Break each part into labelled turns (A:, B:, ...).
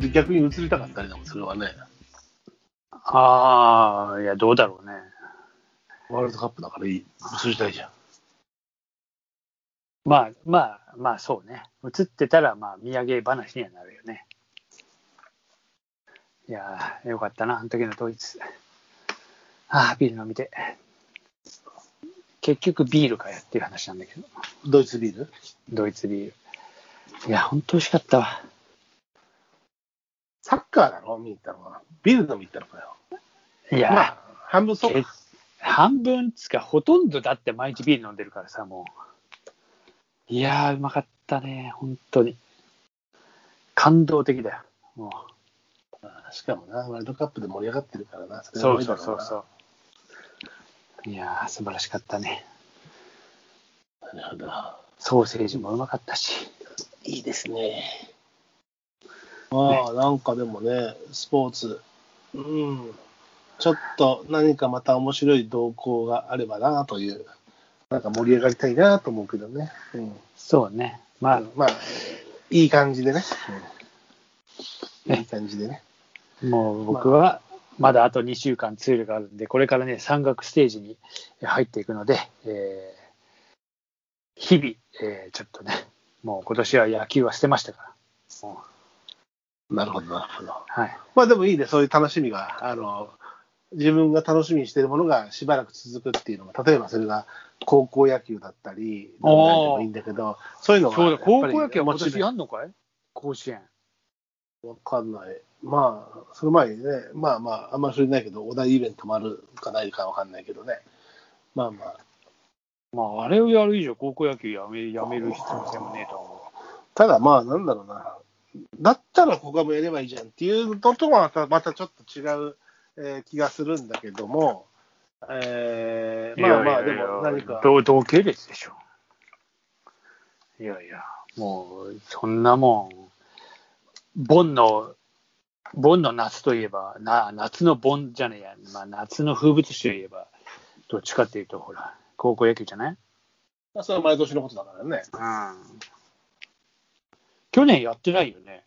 A: 移逆に移りたかったりでもそれはね、
B: ああ、いや、どうだろうね。
A: ワールドカップだからいい、移りたいじゃん。
B: まあまあまあそうね。映ってたらまあ土産話にはなるよね。いやーよかったな、あの時のドイツ。ああ、ビール飲みて。結局ビールかよっていう話なんだけど、
A: ドイツビール
B: ドイツビール。いや、ほんと美味しかったわ。
A: サッカーだろ見に行ったのは。ビール飲み行ったのかよ。
B: いや、
A: まあ、半分そう
B: え
A: か。
B: 半分っつうか、ほとんどだって毎日ビール飲んでるからさ、もう。いやー、うまかったね、本当に。感動的だよ、もう。
A: しかもな、ワールドカップで盛り上がってるからな。れ
B: そ
A: は
B: う
A: いい
B: そ
A: だ
B: う
A: ろ
B: そう
A: な
B: そう。いやー、素晴らしかったね。
A: なるほど。
B: ソーセージもうまかったし。
A: いいですね。まあ、なんかでもね、スポーツ、うん、ちょっと何かまた面白い動向があればなという、なんか盛り上がりたいなと思うけどね。うん、
B: そうね。まあ、
A: まあ、いい感じでね。うん、
B: ね
A: いい感じでね。
B: もう僕は、まだあと2週間ツールがあるんで、これからね、山岳ステージに入っていくので、えー日々、えーちょっとね、もう今年は野球は捨てましたから。もう
A: なるほど、なるほど。
B: はい。
A: まあでもいいね、そういう楽しみが、あの、自分が楽しみにしているものがしばらく続くっていうのが、例えばそれが高校野球だったり、何でもいいんだけど、そういうのが
B: そうだ、高校野球は
A: も
B: 今
A: ち
B: 年
A: ろ
B: や
A: ん
B: んのかい甲子園。
A: わかんない。まあ、その前にね、まあまあ、あんまりそれないけど、お題イベントもあるかないかわかんないけどね。まあまあ、
B: まあ、あれをやる以上、高校野球やめやめる必要性もねえと思う。
A: ただまあ、なんだろうな。だったらここもやればいいじゃんっていうのとはまたまたちょっと違う、えー気がするんだけども、えーまあまあ、でも何か。
B: 同同系列でしょ。いやいや、もう、そんなもん、盆の、盆の夏といえば、な夏の盆じゃねえや、まあ、夏の風物詩といえば、どっちかっていうと、ほら、高校野球じゃない
A: まあそれは毎年のことだからね。
B: うん。去年やってないよね。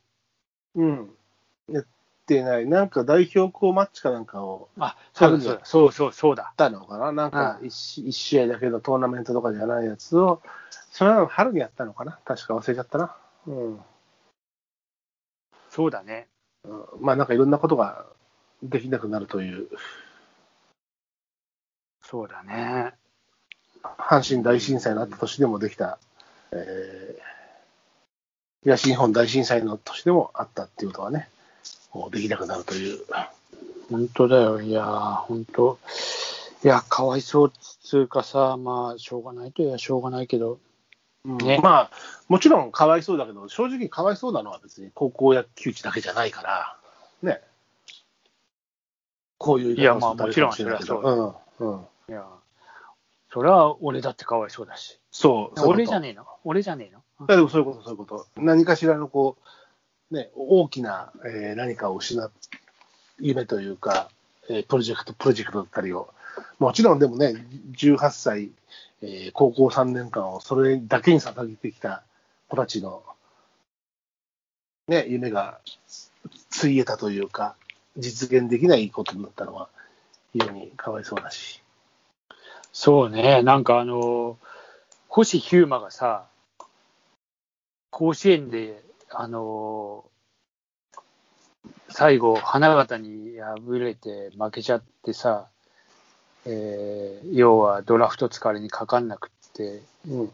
A: うん。やってない。なんか代表校マッチかなんかを
B: あ、そう
A: 春
B: だ
A: に
B: そうだ、そうそう、そうだ
A: やっ。たのかななんか
B: う
A: 1, 試合だけどトーナメントとかじゃないやつを、それは春にやったのかな確か忘れちゃったな。うん。
B: そうだね。
A: うんまあなんかいろんなことができなくなるという、
B: そうだね。
A: 阪神大震災のあった年でもできた、えー東日本大震災の年でもあったっていうことがね、もうできなくなるという。
B: 本当だよ、いやー、本当、いや、かわいそうっつうかさ、まあ、しょうがないといや、しょうがないけど、
A: うん
B: ね
A: まあ、もちろんかわいそうだけど、正直かわいそうなのは別に高校野球地だけじゃないから、ね。こういう言い方
B: いやまあ
A: するとれかしれないけど
B: もちろ
A: うんうん
B: いや、それは俺だってかわいそうだし、
A: そう。そういうこと
B: 俺じゃねえの、俺じゃねえの、
A: いやでもそういうこと、そういうこと。何かしらのこう、ね、大きな、えー何かを失う夢というか、えープロジェクト、プロジェクトだったりを、もちろんでもね、18歳、えー高校3年間をそれだけに捧げてきた子たちの、ね、夢がついえたというか、実現できないことになったのは、非常にかわいそうだし。
B: そうね、なんかあの、星飛雄馬がさ、甲子園で、あの最後、花形に敗れて負けちゃってさ、えー要はドラフト疲れにかかんなくって、
A: うん。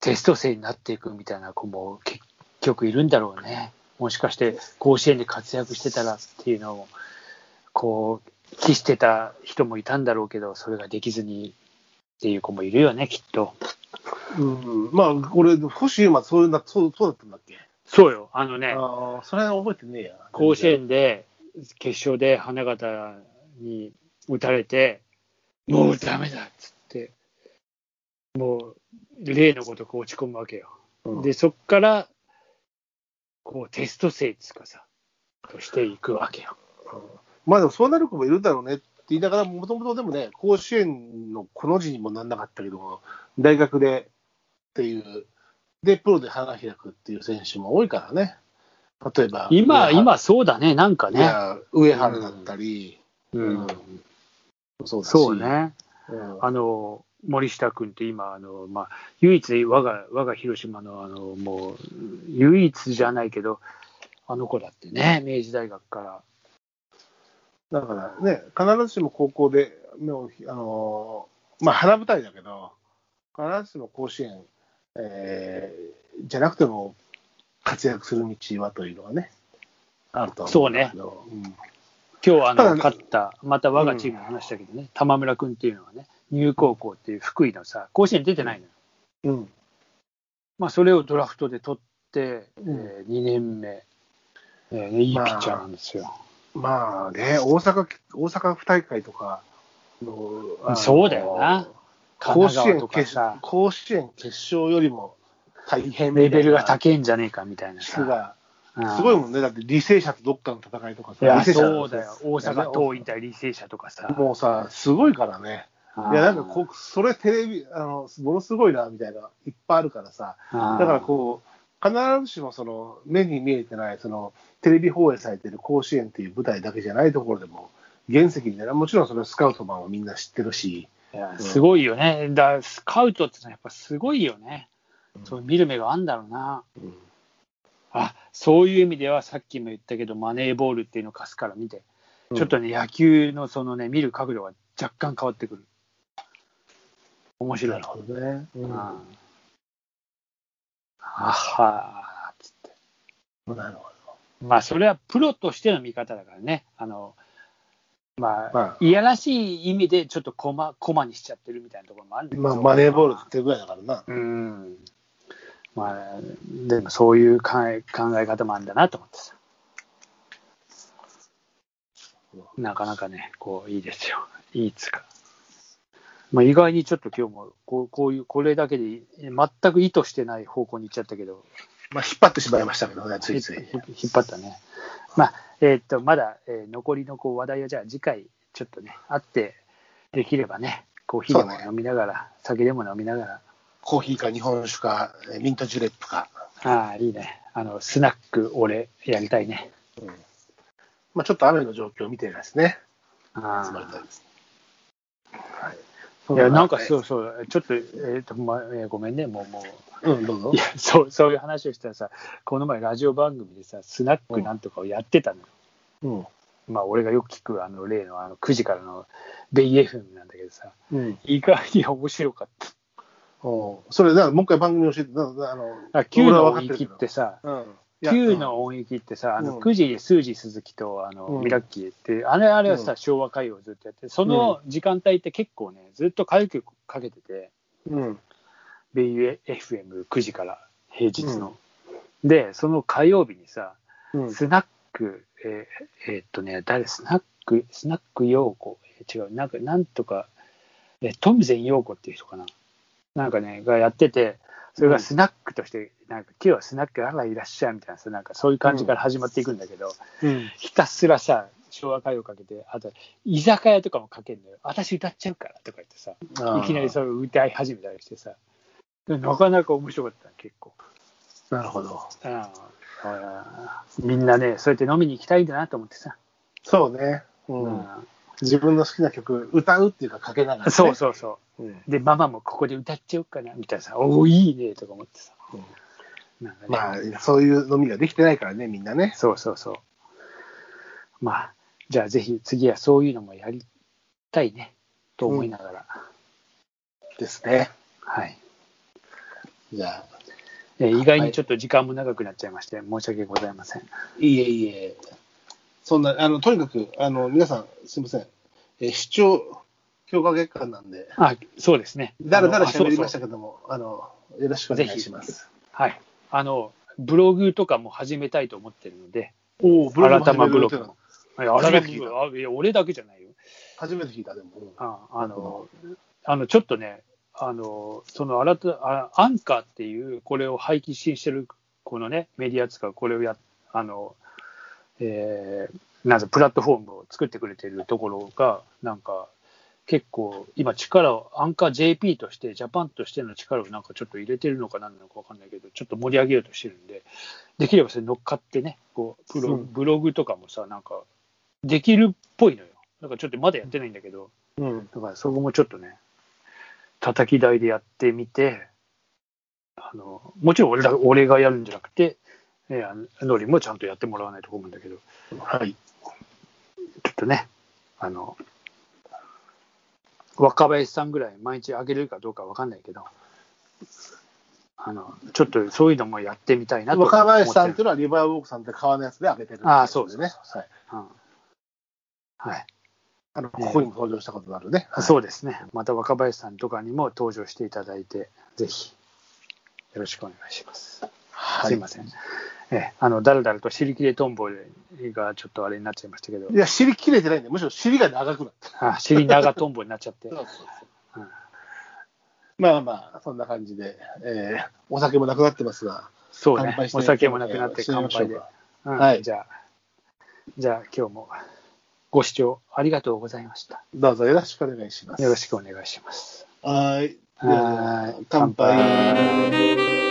B: テスト生になっていくみたいな子も結局いるんだろうね。もしかして甲子園で活躍してたらっていうのをこう期してた人もいたんだろうけどそれができずにっていう子もいるよねきっと。
A: うん、まあ、俺、星今そういうな、そう、そうだったんだっけ
B: そうよあのね
A: ああ、それは覚えてねえや。
B: 甲子園で決勝で花形に打たれてもうダメだっつってもう例のごとく落ち込むわけよ。
A: うん
B: で、そっから、こう、テスト生っつうかさ、としていくわけよ。
A: まあでもそうなる子もいるだろうねって言いながら、もともとでもね、甲子園のこの字にもなんなかったけど、大学でっていう、で、プロで花開くっていう選手も多いからね。例えば、
B: 今、
A: 上原
B: 今そうだね、なんか
A: い
B: ね。
A: や上原だったり、
B: うん、
A: そうだし
B: そう、ね。
A: うん
B: あの森下君って今あの、まあ、唯一我が我が広島のあのもう唯一じゃないけどあの子だってね明治大学から
A: だからね、必ずしも高校で、もうあのーまあ、花舞台だけど、必ずしも甲子園、えーじゃなくても活躍する道はというのはね、あるとは思んだけど。うん
B: 今日あ
A: た
B: の
A: だね
B: 勝ったまた我がチームの話だけどね、玉村君っていうのはね入高校っていう福井のさ甲子園出てないのよ、
A: うん、
B: まあ、それをドラフトで取って、
A: うん
B: え2年目、えーいいピッチャーなんですよ、
A: まあね、大阪大阪府大会とかの、あの
B: そうだよな
A: 甲子
B: 神奈川
A: 園
B: とか
A: 決
B: さ
A: 甲子園決勝よりも大変
B: レベルが高
A: い
B: いんじゃねえかみたいな
A: 人
B: さ、
A: が、
B: うん
A: すごいもんね、だって履正社とどっかの戦いとか
B: いや、
A: 履正社
B: そうだよ。大阪
A: いや
B: 桐蔭対履正社とかさ。
A: もうさ、すごいからね。いや、なんかこう、それテレビ、あの、ものすごいな、みたいな、いっぱいあるからさ。
B: う、
A: だ
B: だ
A: からこう、必ずしもその、目に見えてない、その、テレビ放映されてる甲子園っていう舞台だけじゃないところでも、原石にね、もちろんそのスカウトマンはみんな知ってるし、
B: う、いやすごいよね。だからスカウトってのはやっぱすごいよね。そう見る目があんだろうな。
A: うん
B: あ、そういう意味ではさっきも言ったけど、マネーボールっていうのを貸すから見て、ちょっとね、野球のそのね、見る角度が若干変わってくる。面白
A: ないる。ほどね。う
B: うんん、あはーつって。
A: なるほ
B: まあ、それはプロとしての見方だからね、あのまあ、
A: まあ
B: いやらしい意味で、ちょっとコマコマにしちゃってるみたいなところもあるんだ
A: ど。
B: けど
A: まあ、マネーボールってぐらいだからな。
B: うん、まあ、でもそういう考え考え方もあるんだなと思ってさ、なかなかね、こういいですよ、いいっつうか。まあ、意外にちょっと今日もこうこういう、これだけで全く意図してない方向に行っちゃったけど、
A: まあ、引っ張ってしまいましたけどね、ついつい。
B: ひひ引っ張ったね。まあ、えーっと、まだ、えー残りのこう話題は、じゃあ次回、ちょっとね、あって、できればね、コーヒーでも
A: そうね
B: 飲みながら、酒でも飲みながら、
A: コーヒーか日本酒か、えミントジュレップか。
B: ああ、いいね。あの、スナック、俺、やりたいね。
A: うんまあ、ちょっと雨の状況を見てですね。集まり
B: あ
A: たいです。
B: あ
A: はい
B: や、なんか
A: う。
B: そうそう、ちょっと、えーっと、まえーごめんね、もう、もう。
A: うん、どうぞ
B: い。や、そう、そういう話をしたらさ、この前、ラジオ番組でさ、スナックなんとかをやってたのよ。
A: うん。
B: まあ、俺がよく聞く、あの、例の、あの、9時からの、ベイエフなんだけどさ、
A: うん。
B: 意外に面白かった。
A: おうそれ、だからもう一回番組教えて、だからあの、
B: あ9
A: 俺は
B: の
A: 分
B: 音
A: かって
B: 域
A: る
B: っ
A: けど
B: てさ、
A: うん。いや
B: 9の、音域ってさ、あ
A: う
B: の
A: ん
B: 9時、スージー鈴木とあの、
A: うん
B: ミラッキーって、あれあれは
A: う
B: さ、
A: ん
B: 昭和歌謡をずっとやって、その時間帯って結構ね、ずっと歌謡曲かけてて、
A: うん。
B: BUFM9 時から平日の。で、その火曜日にさ、
A: うん。
B: スナック、えーえーっとね、誰、スナック、スナック陽子、えー違う、なんか、なんとか、えートムゼン陽子っていう人かな。なんかね、がやってて、それがスナックとして、なんか、今日はスナックあらいらっしゃいみたいなさ、なんかそういう感じから始まっていくんだけど、
A: うん。
B: ひたすらさ、昭和歌謡かけて、あと、居酒屋とかもかけるのよ。私歌っちゃうからとか言ってさ、いきなりそれを歌い始めたりしてさ、でなかなか面白かった、結構。
A: う。なるほど。
B: ああだからみんなね、そうやって飲みに行きたいんだなと思ってさ、
A: そうね。う。
B: うん
A: 自分の好きな曲、歌うっていうか、かけながら、
B: ん
A: ね。
B: そうそうそ
A: うん。うん。
B: う、で、ママもここで歌っちゃおうかなみたいなさ、おお、いいねとか思ってさ、なんかね、
A: まあ、そういう飲みができてないからね、みんなね。
B: そうそうそう、まあ、じゃあぜひ次はそういうのもやりたいねと思いながら、
A: ですね。
B: はい、
A: じゃあ、
B: えー意外にちょっと時間も長くなっちゃいまして、申し訳ございません。
A: いえいえ。そんな、あの、とにかく、あの、皆さん、すみません。えー、視聴強化月間なんで、
B: あ、そうですね。
A: だらだら
B: あの
A: 喋りまし
B: そうそう
A: たけども、あの、よろしくお願いします。
B: はい、あのブログとかも始めたいと思ってるので。
A: おお、
B: ブログも始める予定なのいや、あ
A: 初め
B: れだ
A: て
B: け
A: 聞いた
B: あいや俺だけじゃないよ。
A: 初めて聞いた、でも。
B: ああの、あのちょっとね、あのそのあらたあアンカーっていう、これを廃棄してる、このね、メディア使う、これをや、あの、えー、なんぞプラットフォームを作ってくれてるところが、なんか、結構、今力を、アンカー JP として、ジャパンとしての力をなんかちょっと入れてるのか何なのかわかんないけど、ちょっと盛り上げようとしてるんで、できればそれ乗っかってね、こう、ブロ
A: うん
B: ブログとかもさ、なんか、できるっぽいのよ。なんかちょっとまだやってないんだけど、
A: うん。
B: だからそこもちょっとね、叩き台でやってみて、あのもちろん俺ら俺がやるんじゃなくて、えーあのノリもちゃんとやってもらわないと思うんだけど、
A: はい。
B: ちょっとね、あの、若林さんぐらい毎日あげれるかどうかわかんないけど、あの、ちょっとそういうのもやってみたいなと思って
A: 若林さんっていうのはリバーウォークさんって川のやつで上げてるんですよね。
B: ああそうですね
A: はい。
B: うんはい、
A: あの、ここにも登場したことがあるね。
B: そうですね。また若林さんとかにも登場していただいて、ぜひ、よろしくお願いします。
A: は
B: すいません。ええ、あの、だらだらと尻切れトンボがちょっとあれになっちゃいましたけど
A: い、や、尻切れてないんで、むしろ尻が長くなった。
B: あ尻長トンボになっちゃ って。うん
A: まあまあ、そんな感じで、えーお酒もなくなってますが、
B: そうね
A: 乾杯し。て
B: お酒もなくなって
A: 締め
B: 乾
A: ましょ
B: 杯
A: う
B: で
A: か。
B: うん
A: はい
B: じゃあ、じゃあ今日もご視聴ありがとうございました。
A: どうぞよろしくお願いします。
B: よろしくお願いします。
A: はい。では
B: はい
A: 乾杯。
B: 乾杯